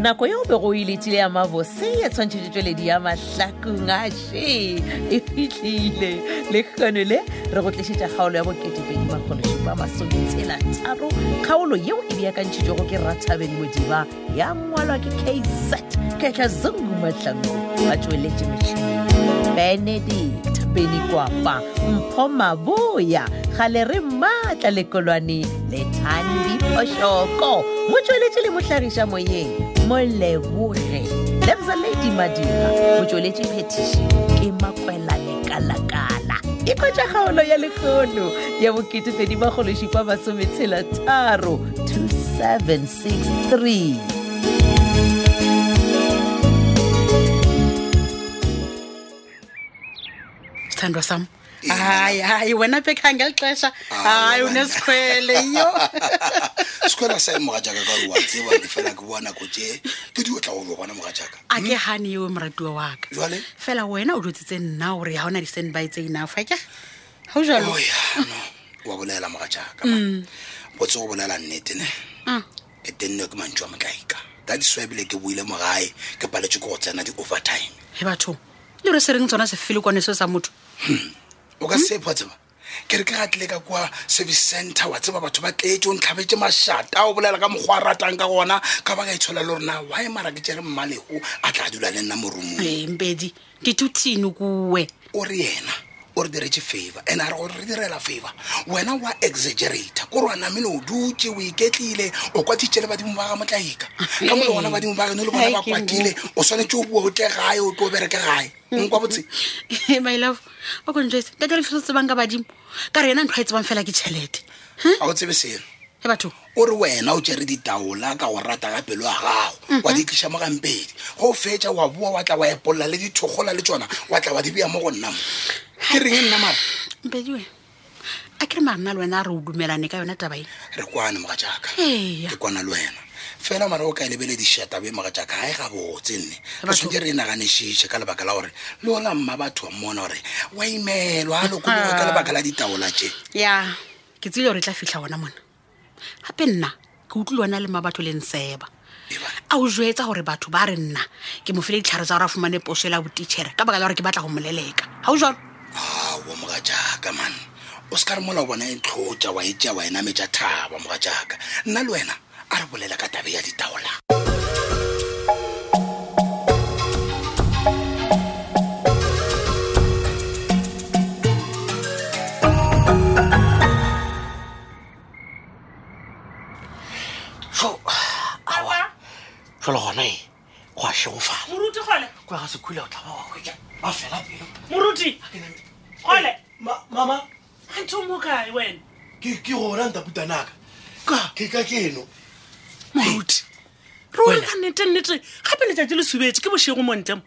nako yeo bego o iletile ya mabose ya tshwantšhetše tšweledi ya mahlakong a she e fitlhile le kgono le re go tlišetša kgaolo ya bo2edimagolosupa masometshela tharo kgaolo yeo e beakantšhitšwego ke rathabeng modiba ya ngwalwa ke kz kehla zungu mahlango ba tšweletše metšhini benedict beny kwapa mpho maboya gale re maatla lekolwane le thandi phošoko mo tsweletše le mohlagiša moyeng moleboge lebza ladi madira mo tsweletše phetiši ke makwela lekalakala ikotša kgaolo ya lekgono ya bo2edimagološipa masometshela tharo 2763 sithandwa sam hayi hayi wena pekha ngeli xesha hayi unesikhwele yho sikhwela sa mogajaka ka wa tseba ke fela ke bona ko tje ke dio tla go bona mogajaka a ke gane yo moratiwa waka Jwale? fela wena o jotsitse nna gore ga ona di-stand by tse enough a ke go jalo oya Oh, no wa bolela mogajaka man. botse go bolela nnete ne Mm. e tenne ke mantšu a motlaika ka diswebile ke boile mogae ke paletse ke go tsena di-overtime e batho le gore se reng tsona sefele kwane seo sa motho o ka sepha tseba ke re ke gatlile ka kwa service center wa tseba batho ba tletse o ntlhabetse mašata o bolela ka mokgwa a ratang ka gona ka ba ka itshola le gorena wae mara ke tere mmalego a tla dula le nna mo roomong ee mpedi dithuthino kuwe o re yena o re diretse favor and a re gore re direla favor wena wa exaggerator kore wa namene o dutse o iketlile o kwatitse le badimo ba ga motlaika ka mole bona badimo ba gano le bona ba Ai, ke mo. kwatile o tshwanetse o bua o tle gae o tlo o bereke gae nkwa botse my love o konjese ntate le tlhoso tsebang ka badimo ka re ena ntho a e tsebang fela ke tšhelete ga o tsebe seno e batho o re wena o jere ditaola ka go rata ka pelo ya gago wa di tliša mo gampedi go fetsa wa bua wa tla wa epolola le dithogola le tsona wa tla wa di bea mo go nna mo ke reng nna mara mpedi wena a ke re maarena le wena a re o dumelane ka yona tabae re kwane moga Hmm. jaaka Eya. ke kwana le wena fela mara o ka e lebeledišatabe moga jaaka ga e ga botse nne re Batho- tshwanetse re e naganešiše ka lebaka la gore le ola mma batho wa mmona gore wa imelwa a lokologa ka lebaka la ditaola tše ya ke tsile gore e tla fitlha ona mona gape nna ke utlwile ona le ma batho le nseba Ebane. a o jwetsa gore batho ba re nna ke mo file ditlhare tsa gore a fumane poso e la botitšhere ka baka la gore ke batla go moleleka ga o jalo awa moga jaaka man o se ka re mola o bona e tlhotsa wa etšea wa enametša thaba moga jaaka nna le wena a re bolela ka tabe ya ditaola jalo gona e go a shegofala moruti gole kwa ga sekhula o tlhaba wa kwetsa a fela pelo moruti gole Ma- mama antho mo kae wena ke ke gona ntaputanaka ke ka keno moruti ruri Wena. ka nnetennete gape letsatsi le subetse ke bošego montemo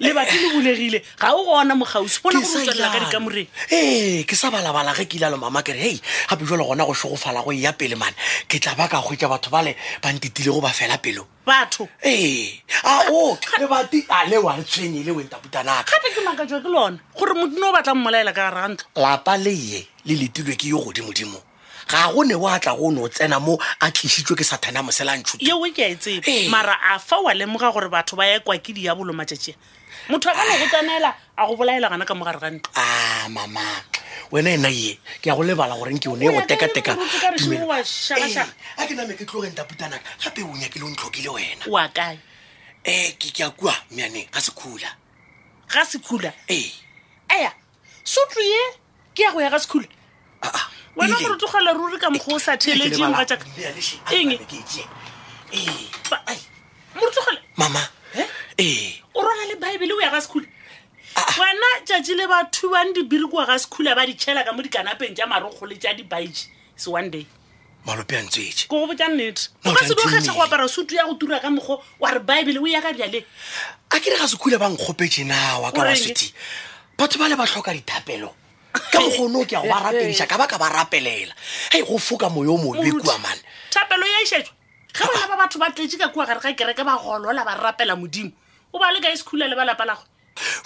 lebati le bulegile ga o gona mogausi bona Ke sa gore o tswelela ka nyale. dikamoreng ee ke sa balabala ge ke ilalo mama kere hei gape jalo gona go shegofala go e ya pele mane ke tla ba ka kgwetsa batho bale ba ntetile go ba fela pelo batho ee a o lebati a le wa tshwenye le wentaputanaka gape ke makajwa ke lona gore modino o batla mmolaela ka rantlo lapa le ye le letilwe ke yo godimodimo ga gone o a tla go ne o tsena mo a tlišitšwe ke sathana Eh. moselantšhuto yeo ke a e tsebe Ee. mara a fa wa lemoga gore batho ba ekwa ke diabolo matšatšia motho a ka no go tsamaela a go bolaela gana ka mo gare ga ntlo a Ah, mama wena ena ye ke ya go lebala goreng ke yone e O go ya ka le tekateka moruti ka re šomo tumelo. wa shagašaga. Ee, a ke name ke tloge ntaputanaka gape o nyakile o ntlhokile wena wa kae ee ke ke a kua meaneng ga sekhula ga sekhula ee ea sotlo ye ke ya go ya ka sekhula aa, e ile. wena gore o tlogelela ruri ka mokgwa o sa Ile ke theeletseng lebala. ga jaaka Meane she, a ke eng name ke e tšee. Ee, Ba- ai, more tlogele mama He? ee o rwala le baebele o ya ga sekhula Ah, wena tšatši le ba thubang dibiri kua ga sekhula ba di tšhela ka mo dikanapeng tša marokgo le tša dibaee se one day malope a ntswetse ke go botja nnete No, ka se tanti, diogetša go nnete. apara sutu ya go tura ka mokgwa wa re baebele o ya ka bjaleng a ke re ga sekhula ba nkgopetse nawa ka O reng? basweti batho ba le ba tlhoka dithapelo ka mokgono ke ya go ba rapediša ka ba ka ba rapelela hei go foka moyo o mobe Moruti, kua mane thapelo ya išetswa ge bana ba batho ba tletse ka kua gare ga kereke ba golola ba rapela modimo o ba le ka e sekhula le ba lapa lago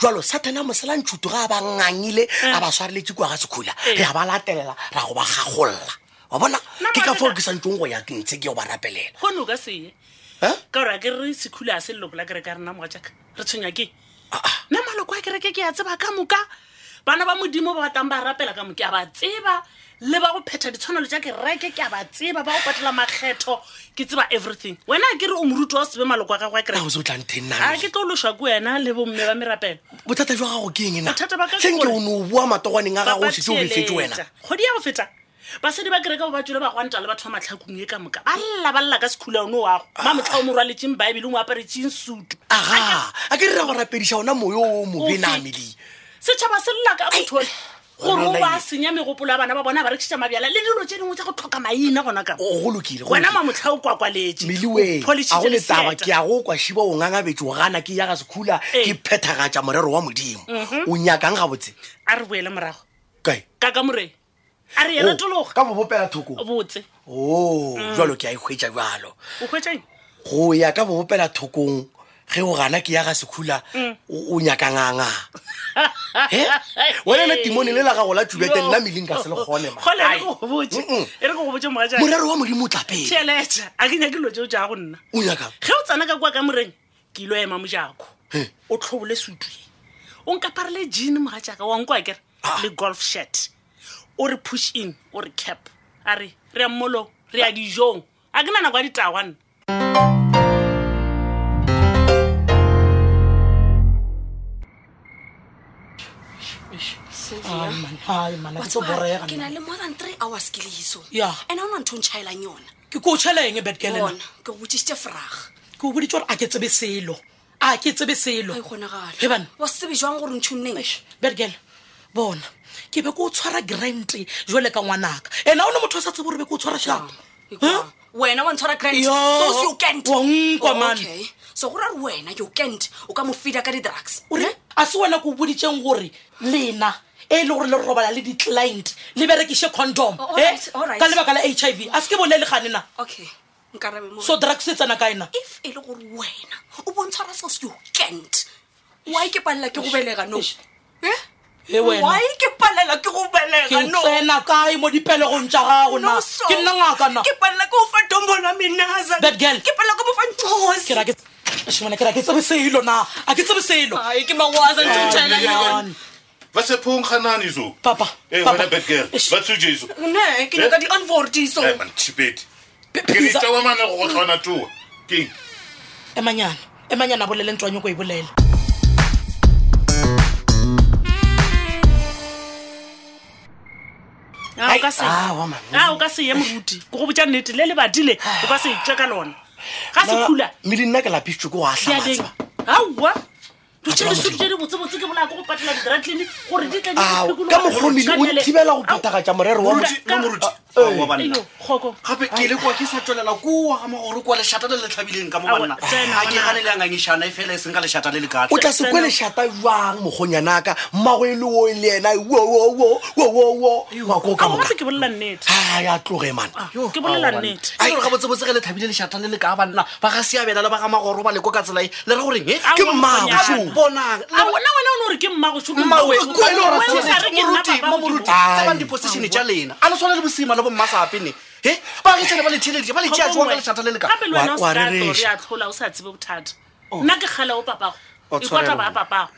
jalo sathane a moselantšhuto ga a ba ngangile a Mm. ba swareletse kua ga sekhula re a ba latelela ra go ba gagolola wa bona Nna ke ka monna- fao ke santsong go ya ke ntshe ke yo ba rapelela kgone o ka seye Eh? ka gore a ke re sekhula a se leloko la kereke a rena moga jaaka re tshwenya ke Ah, nna maloko a kereke ke a tseba ka moka bana ba modimo ba batlang ba rapela ka moke a ba tseba le ba go phetha ditshwanelo tja kereke ke a ba tseba ba go patela makgetho ke tseba everything wena a ke re o moruti wa o sebe maloko a gago a na o kereke se o tlanteng a na ke tlo loswa ke wena le bomme ba merapelo bothata jwa gago ke eng na Bothata ba ka ke senke gore- o ne o bua matogwaneng a gago o setse o befetse wena kgodi ya go feta basadi ba kereka bo ba tswile ba gwanta le batho ba matlhakong e ka moka balla balla ka sekhula one oago ma motlha o mo rwaletseng baebele o mo aparetseng sutu aga a ke rera go rapedisa ona moyo o Ofe? mobenamele setšhaba se lla ka bothole gore o Wena ba lai. senya megopolo ya bana ba bona ba rekisetsa mabjala le dilo tse dingwe tsa go tlhoka maina gona ka O- go lokile, go wena lokile. mamotlha o kwakwaletše meliwe a go le taba ke a go kwa shiba o ngangabetse o gana ke yaga sekhula Ee. ke phethagatša morero wa modimo Mm-hmm. o nyakang gabotse a re boele morago kae ka ka moreng a Oh, re yena tologa ka bobopela thoko botse o jalo Oh, ke a ikhwetša jalo o kgwetsang go ya ka bobopela thokong ge o gana ke yaga sekhula o o nyakanganga he wena le timone le la gago la tsubete nna meleng ka se le kgone ma. gole e Ai. re go botse Mm-mm. e re go go botse mogaja morero wa modimo o tlapele tšhelete a kenya ke dilo tseo jago nna o nyakang ge o tsena ka kua ka moreng ke ile o ema mojako o tlhobole sutweng o nkaparele jene moga jaaka wa nkwa kere Ah. le golf shat o re push in o re cap a re re ya mmolong re ya dijong a ke nana kwa ditawa nna Wa tseba, ke na le more than three hours ke leiso Yeah. and a ona ntho o ntšhaelang yona ke ko e tšheleng betkelena bona ke go botsisitse fraga ke o boditse gore a ke tsebe selo a ke tsebe selo ga e kgonagalo He bana. wa se tsebe jang gore ntho nneng betkel bona ke be ko o tshwara grant jwale ka ngwanaka ena o ne motho o sa tsebe gore be ko o tshwara shapa wena wa ntshwara grant Yo. so o se o kent Wa nkwa, man. okay so go ra re wena yo kent o ka mo feeda ka di-drugs ore a se wena ke o boditseng gore lena e le gore le robala le di-client le berekise condom Oh, eh? alright, alright. ka lebaka la h i v a se ke bolele gane na okay nkarabe mo so drugs e tsena ka ena if e le gore wena o bontshwara so se yo kent why ke palela ke go belega no Eish. Eh? He wena. why ke palela ke go ke belega no tsena kae mo dipelegong tša gago No, na so. ke nna ngakana ke palela ke go fa dombola menaza That girl. ke palela ke mofa ntosi kera ke Shimona, ke ra ke tsebe selo na a ke tsebe selo Ai, ke magwaza ntho e ntšhaela yona Yane. Was der Punkt Hanani so? papa Eh, Ey, papa. meiner Bettgirl. Eish. Was zu Jesu? ne ke nyaka di-unfordiso Eh, Ey, man, Chibet. Pe- Geh Pizza- da mal nach Rotrana Tour. Ging. emanyana emanyana a bolele ntwang yo ko e bolela a o ka se- Ah, wa man. Ah, o ka se ye moruti ko go botsa nnete le le badile o ka se tswe ka lona ga se Nna- khula mmele nna ke lapisitswe ke go dialeng atlhamatseba aowa Batho dutse ba lesudi tse di botsebotse ke bolaya ko go patela di-dratlin gore di tle di Ao, phekologe. ka mokgomile o Tshwanele- nthibela go Ao. phetagatša morero wa Ruta- modimo Moruti, no Moruti. Ah, Aowa, banna. Eyo, kgoko gape ke le kwa ke sa tswelela koa ga mogore kwa lešata le le tlhabileng ka mo Aowa, banna tsena, ga ke bona. gane le angangešana e fela e seng ka lešata le le katle o tla se kwe lešata jang mokgonyanaka mmago e le o le ena wowowo ngwako ka ao moka gape ke Ah. bolela nnete a ya tloge mana ke bolela nnete a gore ga botsebotse ge le tlhabile lešata le le ka banna ba ga seabela le ba ga magoro ba le ko ka tselae le ra goreng e ke Aowa, mmago mokgonyana. so bonang a wena wena o ne gore ke mmago tso- mmawe Wena o sa re ke nna baba o ke mo- tsebang diposišene tša lena a le tshwana le bosima le bommasapene e ba gaisane ba letheledie ba letea jwang ka lešata le le ka Oh. Gape le wena o Wa- wa se ka tlo rereša. re a tlhola o sa tsebe bothata nna ke kgala o papago O ikotla tshwarelo. ba papago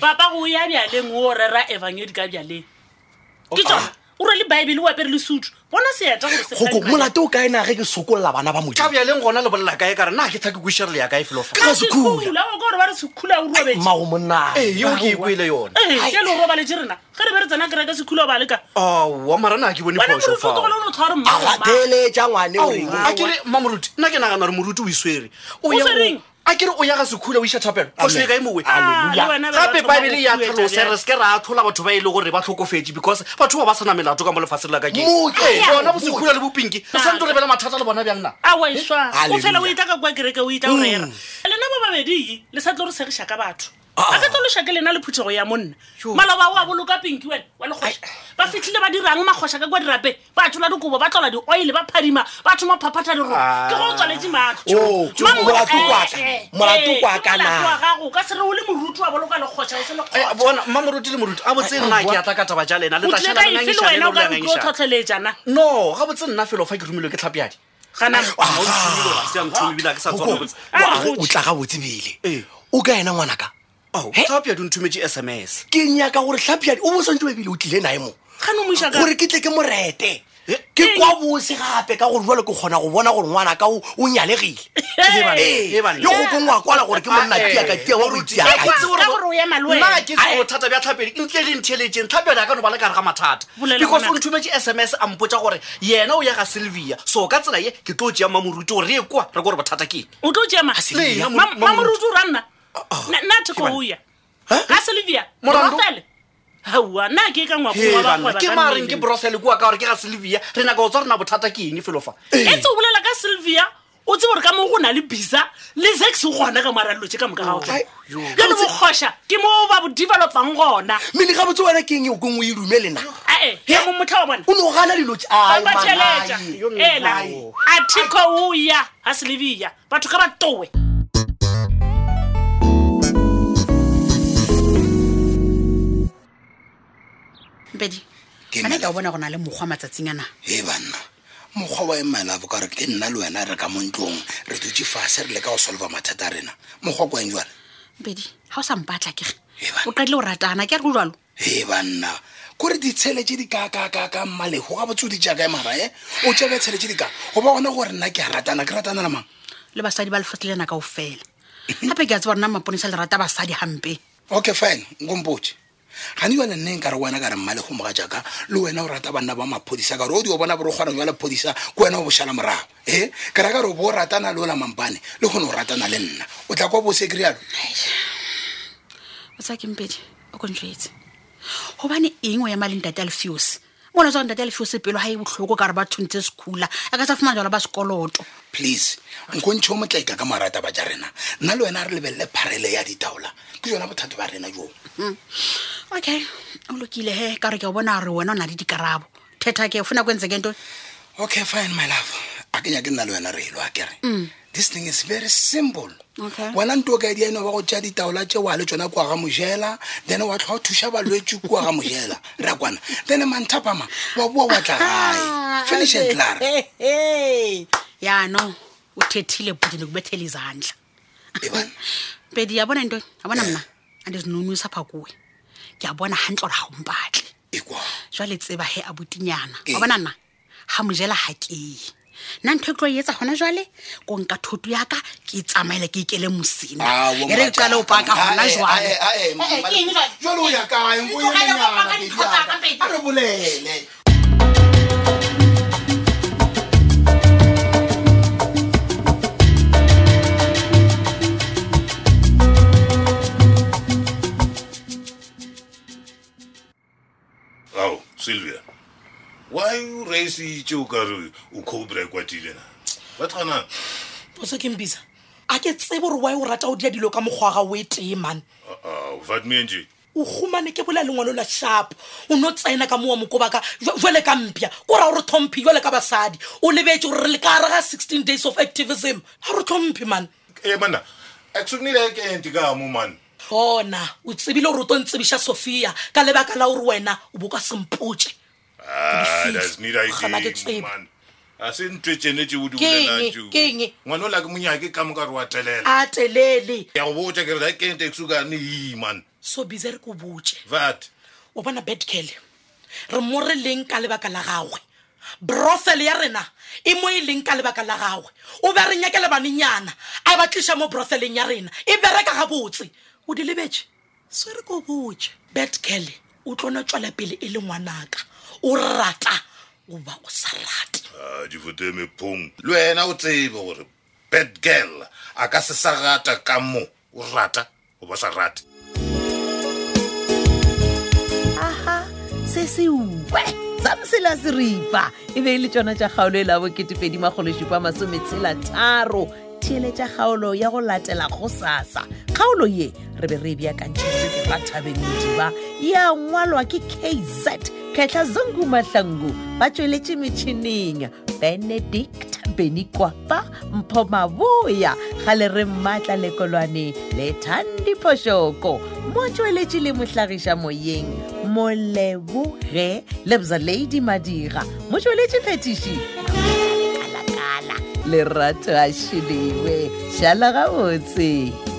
papago o ya bjaleng o rera evangedi ka bjaleng ke tsona o re le baebele o apere le sutu bona seeta gore se kgoko fetoge. molate o ka ena ge ke sokolola bana ba ka modimo bjaleng gona le bolela kae kare nna ga ke tha ke kwešiare le yaka e felofa ka sekhula sekhula oka gore ba re sekhula o robetse mmago monna ee yeo ke ikwele yone ee ke le o robaletse rena ge re be re tsena kereke sekhula o ba leka aowa marana a ke bone wena moruti o tlogole phoso fao o ne o tshware a gateletša ngwane oreng a kere mamoruti nna ke nagana gore moruti o iswere O swereng? a kere o ya ga sekhula o iša thapelo phoso e Amen. ka e mowe Hallelujah. gape baebele ya tlhalose re seke ra tlhola batho ba e le gore ba tlhokofetse because batho ba ba sana melato ka mo lefatsheng la kakeng Mo- Ee, Aya. bona bosekhula le bopinki o sante o lebela mathata le bona bjang na awaeswa e o Hallelujah. Mm. fela o ita ka kwa kereke o ita o rera lena ba babedi le sa tlo re segiša ka batho Ah. a ka tlo lešake lena le phuthego ya monna maloba o a boloka pinki wena wa lekgoša ba fitlhile ba dirang magoša ka kwa dirape ba tsola dikobo ba tlola di-oile ba phadima ba thoma phaphatha diro ke go o tswaletse Oh, Tjo, molato o kwaka. Eh, Molato o kwaka na. gago ka se re o le moruti wa boloka lekgoša o se Eh, lekgoša bona mmamoruti le moruti a botse nna ke atla ka taba ja lena le o tlile ka tlašhela efele wena o ka re o lengangišane tlhotlheletšana no gabotse nna felo fa ke romilwe ke tlhapeadi Eh, ganaa o tla ga botse Ee. bele o ka ena ngwanaka He? di nthometse sms ke nyaka gore tlhapiadi o bosantse o ebile o tlile nae mo gane moisa gore ke tle ke morete Eh? ke kwa bose gape ka gore jalo ke kgona go bona gore ngwanaka o o nyalegile Eh, Ee, He yo banna. go kongwa kwala gore ke monna Ah, tiaka eh. tia wa go Ka itiaka gore o ema le wena. nna ke tse bothata bja tlhapedi ntle le intelligent tlhapedi a ka no ba le kare ga mathata Bolela because o ngwanaka. nthometse sms a mpotsa gore yena o ya ga sylvia so ka tsela ye ke tlo tseya mamoruti gore ye kwa re ke gore bothata ke eng. o tlo jema Sylvia, Mam- mamoruti o ra nna Ah, Na- nna theko Shebane. ouya Eh? ga selevia Morando? morofele aa nna ke ka He banna, ke mareng ke ngwagoa brosele kua ka gore ke ga sylvia re nyaka go tswa rena bothata ke eng felo fa etse o E bolela ka sylvia o tse gore ka moo go na le bisa le zax o gona ka moaralotse ka moka gago ai, yo. jale bokgoša ke moo ba bo developang gona mmele ga botse wena ke eng o kong o irume le na ae ya mo motlha wa bona o ne o gana dilo tse- ba Ai, ba manai. tšheletša ela a theko ouya ga selevia batho ka ba towe mpedi Ke bane nna. ka o bona go na le mokgwa matsatsing a na e banna mokgwa wa emalafo ka gore ke nna le wena re ka mo ntlong re dutse fase re leka go solva mathata a rena mokgwa kwang jale mpedi ga o sa mpatla kege He bana. o qadile o ratana ke a re go jalo e banna kore ditsheletse di kakakaka mmalego ga botse o di jaaka e marae o jaka tsheletse di ka go ba gona gore nna ke a ratana ke ratana le mang le basadi ba lefatshe lena kao fela gape ke a tseba gore nna maponisa le rata basadi gampe okay fine nkompotse gane jale nne nka re wena ka re mmalego moga jaaka le wena o rata banna ba maphodisa ka re o di o bona bore o kgona jala phodisa ke wena o bošala morago e ke ra ka re o bo o ratana le ola mampane le gone o ratana le nna o tla kwa bose kry-alo o tsaya ke mpedi o kontswetse gobane eng o ema leng tate a lefiose bona tsagong tate a lefiose pelo ga e botlhoko ka re ba thontse sekhula a ka sa fumana jalo ba sekoloto please nkontšhe o motlaika ka marata ba ja rena nna le wena a re lebelele pharele ya ditaola ke yona bothata ba rena joo okay o lokile he ka gore ke a bona gore wena o na le dikarabo thetha ke fo nako e ntse ke nto okay fine my love a ke nyake nna le wena re elwa kere this thing is very simple Mm. Okay. wena nto o ka di eno ba go tja ditaola tse wa le tsona kwa ga mojela then wa tlhoa thuša balwetse kua ga mojela ra kwana then manthapama wa boa wa tla gae finish and clara yaanong o thethile bodine kubethela izandla ebana pedi ya bona into ya bona mna Eh. andizinonusa pha kuwe ke a bona gantle gore ga ompatle ekwa jwale tseba he a botinyana Ee. wa bona nna ga mojela ga keye nna ntho e tlo e etsa gona jwale ko nka thoto yaka ke e tsamaele ke ikele Ah, mosina e re qale o paka gona eh, jwale jalo o ya kae nko Ntlo ga le bapala elenyana dintho tsa ka, pediaka a re bolele ao sylvia why o raisetse o kare o cobra e kwatile na what ganane bose ke mbisa a ke tsebe gore wa e o rata o dia dilo ka mokgwa ga o e temane vatmen je o humane ke bola lengwalo la shapo o no tsena ka mowa mokobaka jale ka mpia ko raya gore tlhomphi jale ka basadi o lebetse gore re le ka raga sixteen days of activism ga re tlhomphi mane e banna aksonilekente ka mo mane bona o tsebile gore o tlo ntsebiša sophia ka lebaka la gore wena o bo ka sempotse Ah, Ke that's neither Ga ba ke tsebe. idea, man. a se ntho e tsene tse o di Ke eng? bolelang tseo. Ke eng? ngwana o la ke monyake ka moka re wa telela a telele ya go botsa kere da kente ke soka ne e man so bise re ko botse vat o bona bedcale re mo re leng ka lebaka la gagwe brothel ya rena e mo e leng ka lebaka la gagwe o be a re nyakele banenyana a ba tliša mo brotheleng ya rena e bereka gabotse o di lebetse se re ko botse bedcale o tlone tswela pele e le ngwanaka o rata goba o sa rate "Ah, difoteme phong le wena o tsebe gore bad girl a ka se sa rata ka mo o rata o ba sa rate aha se se uwe sa mosela seripa e be e le tsona tša kgaolo e la bo2edimagolosupa masometshela tharo theeletša kgaolo ya go latela go sasa kgaolo ye re be re beakantšhitse ke ba thabeng modiba ya ngwalwa ke kz kgetlha zungu mahlangu ba tsweletše metšhineng benedict benikwapa mpho maboya ga le re mmatla lekolwane le thandi phošoko mo tsweletše le mohlagiša moyeng moleboge lebza lady madira mo tsweletše phetiši kalakala lerato a šhediwe šala gabotse